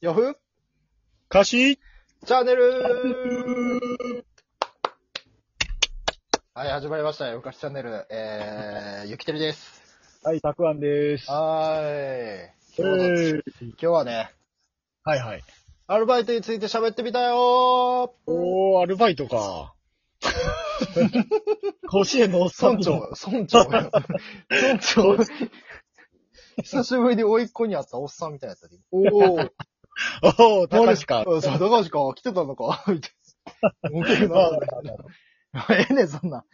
ヤフー歌詞チャンネルはい、始まりました。よかしチャンネル。 えー、ゆきてるです。はい、たくあんです。はーい。今日のー今日はね、はいはい。アルバイトについて喋ってみたよおー、アルバイト か。甲子園のおっーさん村に。長、村長 が。村長。久しぶりに甥っ子に会ったおっさんみたいなやつだねおー、おー、高橋か。うんそう、高橋か、来てたの か。みたいな。ウケるなええねんそ んな。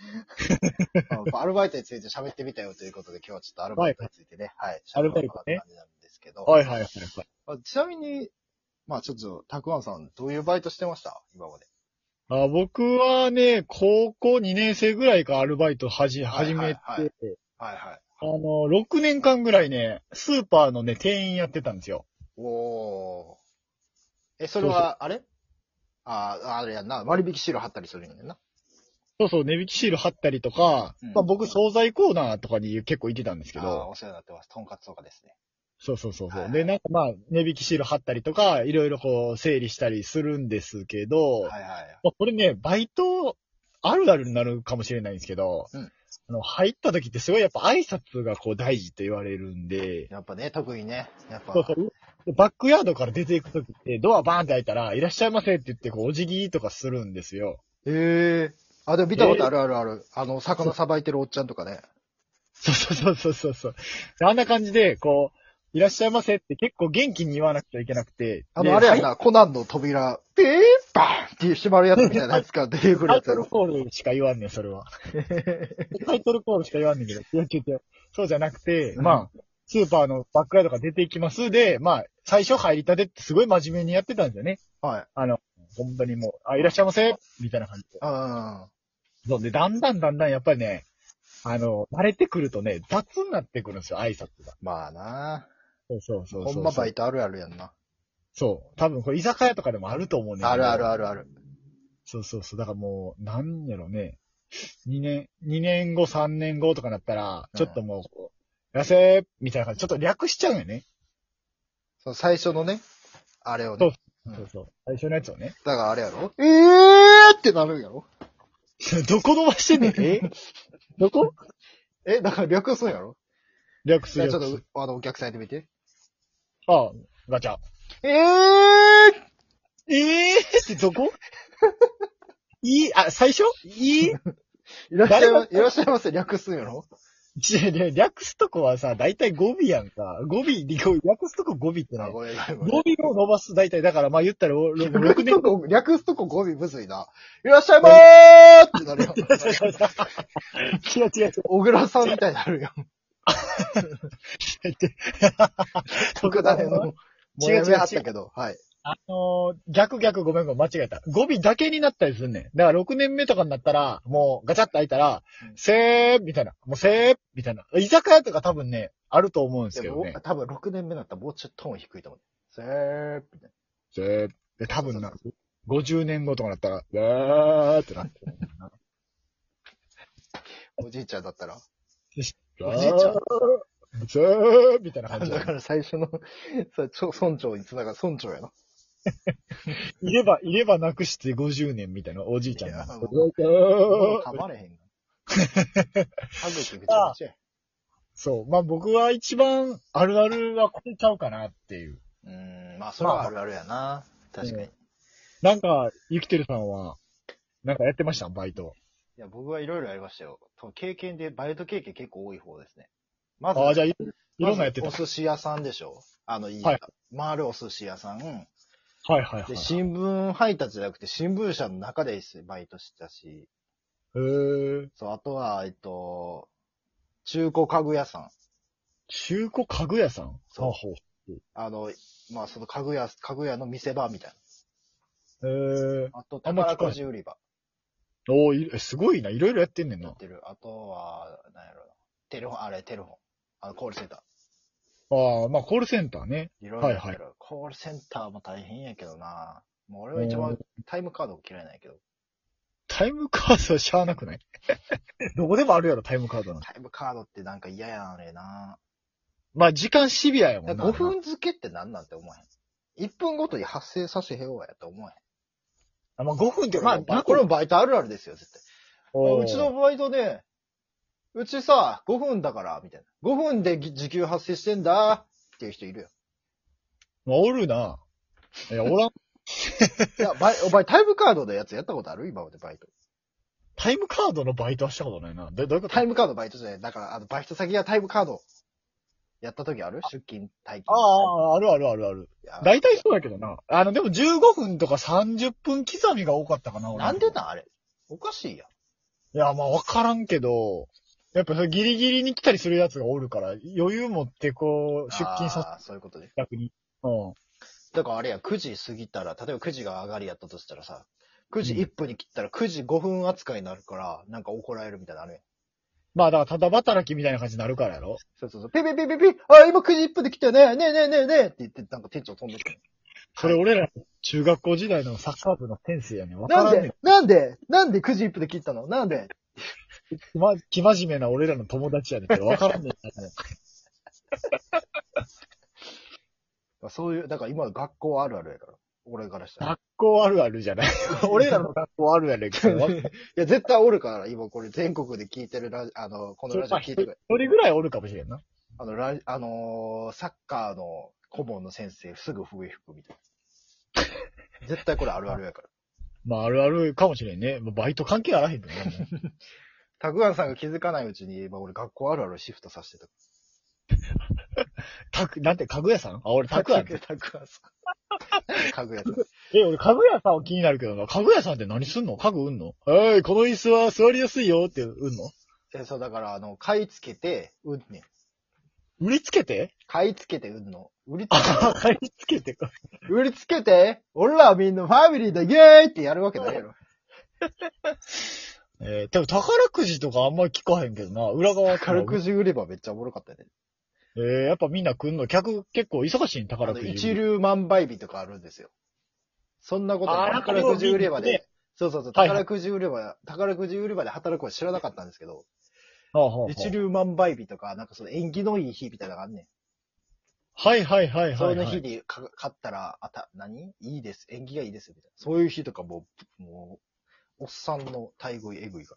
あアルバイトについて喋ってみたよということで、今日はちょっとアルバイトについてね、はい、アルバイト喋ろうねかなって感じなんですけど、はいはいはいはい。まあちなみに、まあちょっと、たくあんさん、どういうバイトしてました今まで。あ僕はね、高校2年生ぐらいからアルバイトはじ、はい始はいめて、はいはいはい。あの、6年間ぐらいね、スーパーのね、店員やってたんですよ。おー。え、それは、あれああ、あれやんな。割引シール貼ったりするんやんな。そうそう、値引きシール貼ったりとか、うんまあ僕、惣菜コーナーとかに結構行ってたんですけああー、ど、お世話になってます。とんかつとかですね。そうそうそうそう。はいはいで、なんかまあ、値引きシール貼ったりとか、いろいろこう、整理したりするんですけど、はいはい。まあ、これね、バイト、あるあるになるかもしれないんですけど、うんあの、入った時ってすごいやっぱ挨拶がこう大事って言われるんで、やっぱね、特にね、やっぱ。そうそう。でバックヤードから出ていく時って、ドアバーンって開いたら、いらっしゃいませって言って、こう、お辞儀とかするんですよ。ええあ、でも見たことあるあるある。あの、魚さばいてるおっちゃんとかね。そうそうそうそうそう。であんな感じで、こう、いらっしゃいませって結構元気に言わなくちゃいけなくて。あでの、あれやんな、コナンの扉、ピーバーンっていう閉まるやつみたいなやつ が出てくるタやイつやトルろ。コールしか言わんねん、それ は。タイトルコールしか言わんねんけど、いや違う違うそうじゃなくて、うんまあ、スーパーのバックヤードから出ていきますで、まあ、最初入りたてってすごい真面目にやってたんですよね。はい。あの、本当にもう、あ、いらっしゃいませみたいな感じで。うん。そうで、だんだんだんだんやっぱりね、あの、慣れてくるとね、雑になってくるんですよ、挨拶が。まあなそうそうそうそう。ほんまバイトあるあるやんな。そう。多分これ居酒屋とかでもあると思うねんけど。あるあるあるある。そうそうそう。だからもう、なんやろね。2年、2年後、3年後とかなったら、うんちょっともうこう、痩せみたいな感じ。ちょっと略しちゃうんよね。その最初のね、あれをね。うんそうそう。最初のやつをね。 だからあれやろええーってなるんやろどこ伸ばしてんねん。えどこえ、だから略すんやろ略すじゃあ略ちす。ょっと、あの、お客さんやってみて。ああ、ガチャ。ええーええー、ってどこいい、あ、最初いいいらっしゃいま、い誰がらっしゃいませ、略すんやろ違う違う略すとこはさ、だいたい語尾やんか。語尾、略すとこ語尾ってなあ、い。ごめんごめん語尾を伸ばす、だいたい、だからまあ言ったら、6略すと年こ、略すとこ語尾むずいな。いらっしゃいまーってなるよ。違う違う違う。小倉さんみたいになるよ。特ダネの。もやめはったけど、はい。あのー逆逆ごめんごめん、間違えた。語尾だけになったりすんねん。だから6年目とかになったら、もうガチャッと開いたらうん、せーみたいな。もうせーみたいな。居酒屋とか多分ね、あると思うんですでけどもね、。多分6年目だったらもうちょっとトーン低いと思う。せーみたいせーで、多分な、50年後とかになったら、わーってなって。な。おじいちゃんだったら。わーおじいちゃせーみたいな感じだでか。ら最初の、そうちょ村長に繋がる村長やな。いれば、いればなくして50年みたいなおじいちゃんいが。やわもうー噛まれへ んが。歯茎めちゃめちゃや。そう。まあ僕は一番あるあるはこれちゃうかなっていう。うーん、まあそれはあるあるやな。確かに。うんなんか、ゆきてるさんは、なんかやってましたバイト。いや、僕はいろいろやりましたよ。と経験で、バイト経験結構多い方ですね。まず、ああ、じゃあ、いいろんなやってた。まはいずお寿司屋さんでしょあの、いい、はい回るお寿司屋さん。はいはいはい。で、新聞配達じゃなくて、新聞社の中でバイトしてたし、へーそう、あとは、えっと、中古家具屋さん。中古家具屋さんそうあほう。あの、まあ、その家具屋、家具屋の見せ場みたいえー、な。あと、あんま聞かない宝くじ売り場おーいえすごいな。いろいろやってんねんやなっ。てる。あとは、なんやろな。テレフォン、あれ、テレフォン。あの、コールセンタああ、まあ、コールセンターね。ー。いろいろやってる。はいコールセンターも大変やけどな。もう俺は一番タイムカード嫌いなんやけど。タイムカードはしゃあなくない どこでもあるやろ、タイムカードなんて。タイムカードってなんか嫌やん、あれな。まあ、時間シビアやもんな。 5分付けってなんなんて思わへん。 1分ごとに発生させへんわやと思えあ、まあ、5分ってへん。まあ、これもバイトあるあるですよ、絶対。おーうちのバイトで、うちさ、5分だから、みたいな。5分で時給発生してんだ、っていう人いるよ。まあ、おるな。いや、おらん。いや、バイ、お前タイムカードのやつやったことある今までバイト。タイムカードのバイトはしたことないな。どどういうことタイムカードバイトじゃない。だから、あの、バイト先がタイムカード、やった時ある出勤、退勤。あああ、あるあるあるある。あ大体そうだけどな。あの、でも15分とか30分刻みが多かったかな、俺なんでなんあれ。おかしいやん。いや、まあ、わからんけど、やっぱそれギリギリに来たりするやつがおるから、余裕持ってこう、出勤させあーそういうことね。た逆に。うん。だからあれや、9時過ぎたら、例えば9時が上がりやったとしたらさ、9時1分に切ったら9時5分扱いになるから、なんか怒られるみたいなのあるやん。まあ、だから、ただ働きみたいな感じになるからやろ。そうそうそう。ピピピピピあ、今9時1分で来たよねねえねえねえねえって言って、なんか店長飛んでくる。それ俺ら、中学校時代のサッカー部の先生やねん。わかなんらんねんで。なんでなんで9時1分で切ったのなんでま、生真面目な俺らの友達やねんけど、わ からんねん。 そういう、だから今の学校あるあるやから。俺からしたら。い学校あるあるじゃない。 俺らの学校あるやねん けど、わや、絶対おるから、今これ全国で聞いてるラジ、あの、このラジオ聞いてくれ。一人ぐらいおるかもしれんな。あの、ラジ、あのーサッカーの顧問の先生、すぐ笛吹くみたい な。絶対これあるあるやから。まあ、あるあるかもしれんね。まあバイト関係あらへんけどなも うたくあんさんが気づかないうちに、今俺学校あるあるシフトさせてた。たく、なんて、家具屋さんあ、俺、たくやん。え、たくあんさん。かぐやさん。俺、家具屋さんは気になるけどな。家具屋さんって何すんの家具売んのおい、この椅子は座りやすいよって売んのえ、そう、だから、あの、買い付けて、売んねん。売りつけて買い付けて売んの。 売りつあ、買いつけてか。け、売りつけて、俺らはみんなファミリーだ、イェーイってやるわけないやろ。えー、でも宝くじとかあんまり聞かへんけどな。裏側から軽くじ売ればめっちゃおもろかったよね。えー、やっぱみんな来んの。客結構忙しいん、あ宝の、くじ。一流万倍日とかあるんですよ。そんなことあないー宝くじ売ればで、そうそうそう、はいはい宝くじ売れば、宝くじ売ればで働くは知らなかったんですけど、はあはあはあ一流万倍日とか、なんかその縁起のいい日みたいなのがあんねん。はいはいはいはい、はそい。の日にか勝ったら、あた、何いいです。縁起がいいです。みたいな。そういう日とかもう、もう、おっさんの大群えぐいか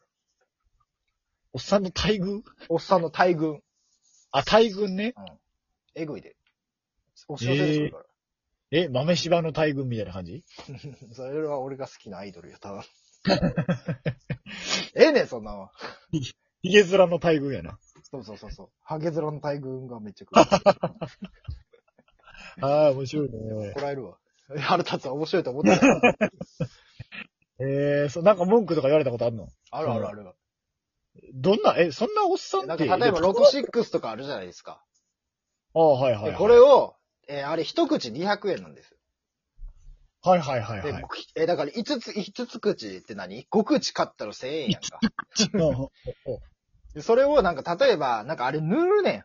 おっさんの待遇ら。おっさんの大群、あ、大群ね。えぐいで。お知らせするから。え、豆柴の大群みたいな感じ それは俺が好きなアイドルよ、多分。ええねん、そんなの。ヒゲ面の大群やな。そうそうそうそう。ハゲズラの大群がめっちゃ来る。ああ、面白い ね。怒られるわ。腹立つわ、面白いと思ってた。 えー、そう、なんか文句とか言われたことあるのあるあるある。どんな、え、そんなおっさんなっんか、て。例えば、いやロコシックスとかあるじゃないですか。ああ、はいはい、ではい。これを、えーあれ、一口200円なんですよはいはいはいはでい。え、だから5つ、5つ口って何 ?5 口買ったら1000円やんか。うんでそれをなんか例えば、なんかあれ塗るね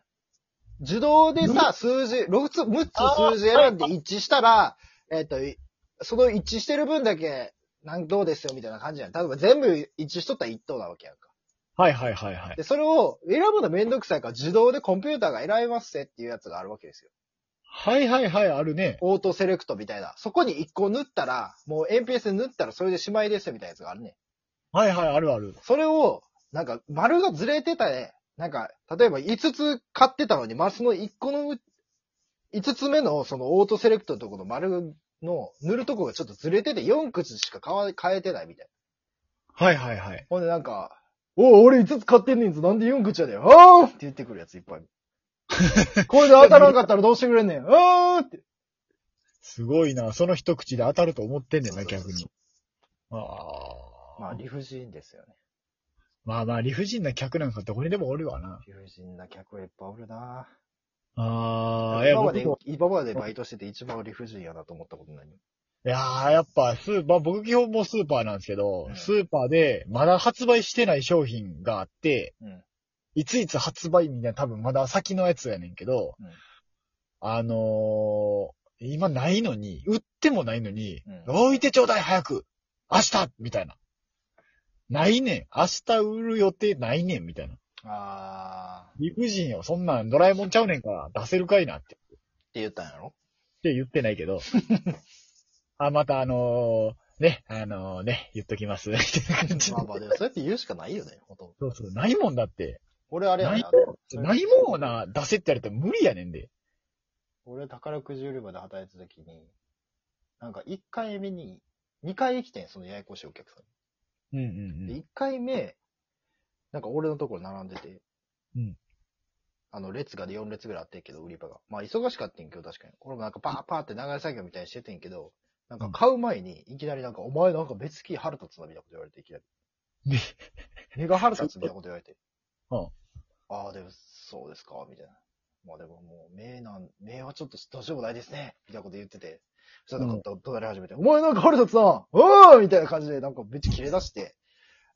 ん。自動でさ、数字、6つ、6つ数字選んで一致したら、えっ、と、いその一致してる分だけ、なんどうですよみたいな感じやん。例えば全部一致しとったら1等なわけやんか。はいはいはいはい。で、それを選ぶのめんどくさいから自動でコンピューターが選びますせっていうやつがあるわけですよ。はいはいはい、あるね。オートセレクトみたいな。そこに1個塗ったら、もう鉛筆で塗ったらそれでしまいですよみたいなやつがあるねん。はいはい、あるある。それを、なんか、丸がずれてたね。なんか、例えば5つ買ってたのに、まあ、その1個の、5つ目のそのオートセレクトのとこの丸の塗るとこがちょっとずれてて、4口しか買わ変えてないみたいな。はいはいはい。ほんでなんか、おい俺5つ買ってんねんぞ、なんで4口やねん。あーって言ってくるやついっぱ い。これで当たらんかったらどうしてくれんねん。あーって。すごいな。その一口で当たると思ってんねんな、そうそうそう逆に。ああ。まあ、理不尽ですよね。まあまあ、理不尽な客なんかどこにでもおるわな。理不尽な客はいっぱいおるなああ、いや、今まで僕も、今までバイトしてて一番理不尽やなと思ったことない。いやー、やっぱ、スーパー、僕基本もうスーパーなんですけどう、んスーパーで、まだ発売してない商品があって、うんいついつ発売みたいな、多分まだ先のやつやねんけど、うんあのー、今ないのに、売ってもないのに、うん置いてちょうだい早く明日みたいな。ないねん。明日売る予定ないねん、みたいな。あー。理不尽よ、そんなんドラえもんちゃうねんから出せるかいなって。 って言ったんやろって言ってな いけど。あ、またあのーね、あのーね、言っときます。みたいな感じで まあまあ、でもそうやって言うしかないよね、ほとんど。そうそう、ないもんだって。俺あれやなねいあものん、ないもんをな、出せってやると無理やねんで。俺宝くじ売り場で働いてた時に、なんか1回目に、2回来てん、そのややこしいお客さうんうんん。で、うん。 1回目、なんか俺のところ並んでて、うんあの、列がで4列ぐらいあってんけど、売り場が。まあ、忙しかったんけど、確かに。俺もなんかパーパーって流れ作業みたいにしててんけど、なんか買う前に、いきなりなんか、お前なんか別キー腹立つなみたいなこと言われて、いきなり。 で目が腹立つみたいなこと言われて。うんああ、でも、そうですか、みたいな。まあでももう、目なん、目はちょっとどうしようもないですね、みたいなこと言ってて。そしたらなんか、怒鳴り始めて、お前なんか腹立つなうーんみたいな感じで、なんかめっちゃ切れ出して、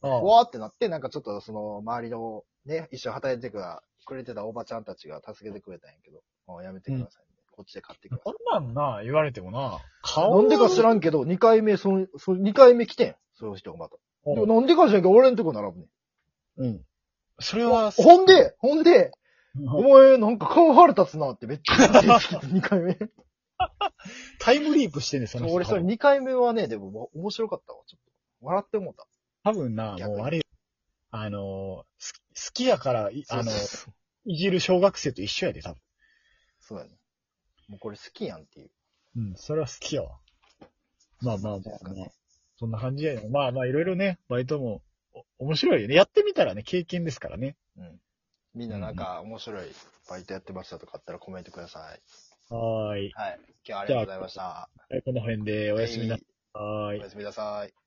あわーってなって、なんかちょっとその、周りの、ね、一緒に働いてくれてたおばちゃんたちが助けてくれたんやけど、あやめてください、こっちで買ってくださそんなんな、言われてもな、い。顔なんでか知ん。らんけど、2回目、その、その2回目来てん。そういう人がまた。でもなんでか知らんけど、俺のとこ並ぶねん。うん。それは、ほんで、ほんで、うんお前なんか顔腹立つなってめっちゃ言ってきて、2回 目。タイムリープしてんねん、その人。俺、それ2回目はね、でも、面白かったわ、ちょっと。笑って思った。多分な、逆もにうあれ、あのー、好き好きやから、いあの、そういじる小学生と一緒やで、多分。そうやね。もうこれ好きやんっていう。うん、それは好きやわ。まあまあまあですかまねあ、そんな感じやよ。まあまあ、いろいろね、バイトも、お面白いよね。やってみたらね、経験ですからね。うん。みんななんか面白いバイトやってましたとかあったらコメントください。はーい。はい。今日はありがとうございました。はいこの辺で、おやすみなはいさいお。やすみなさい。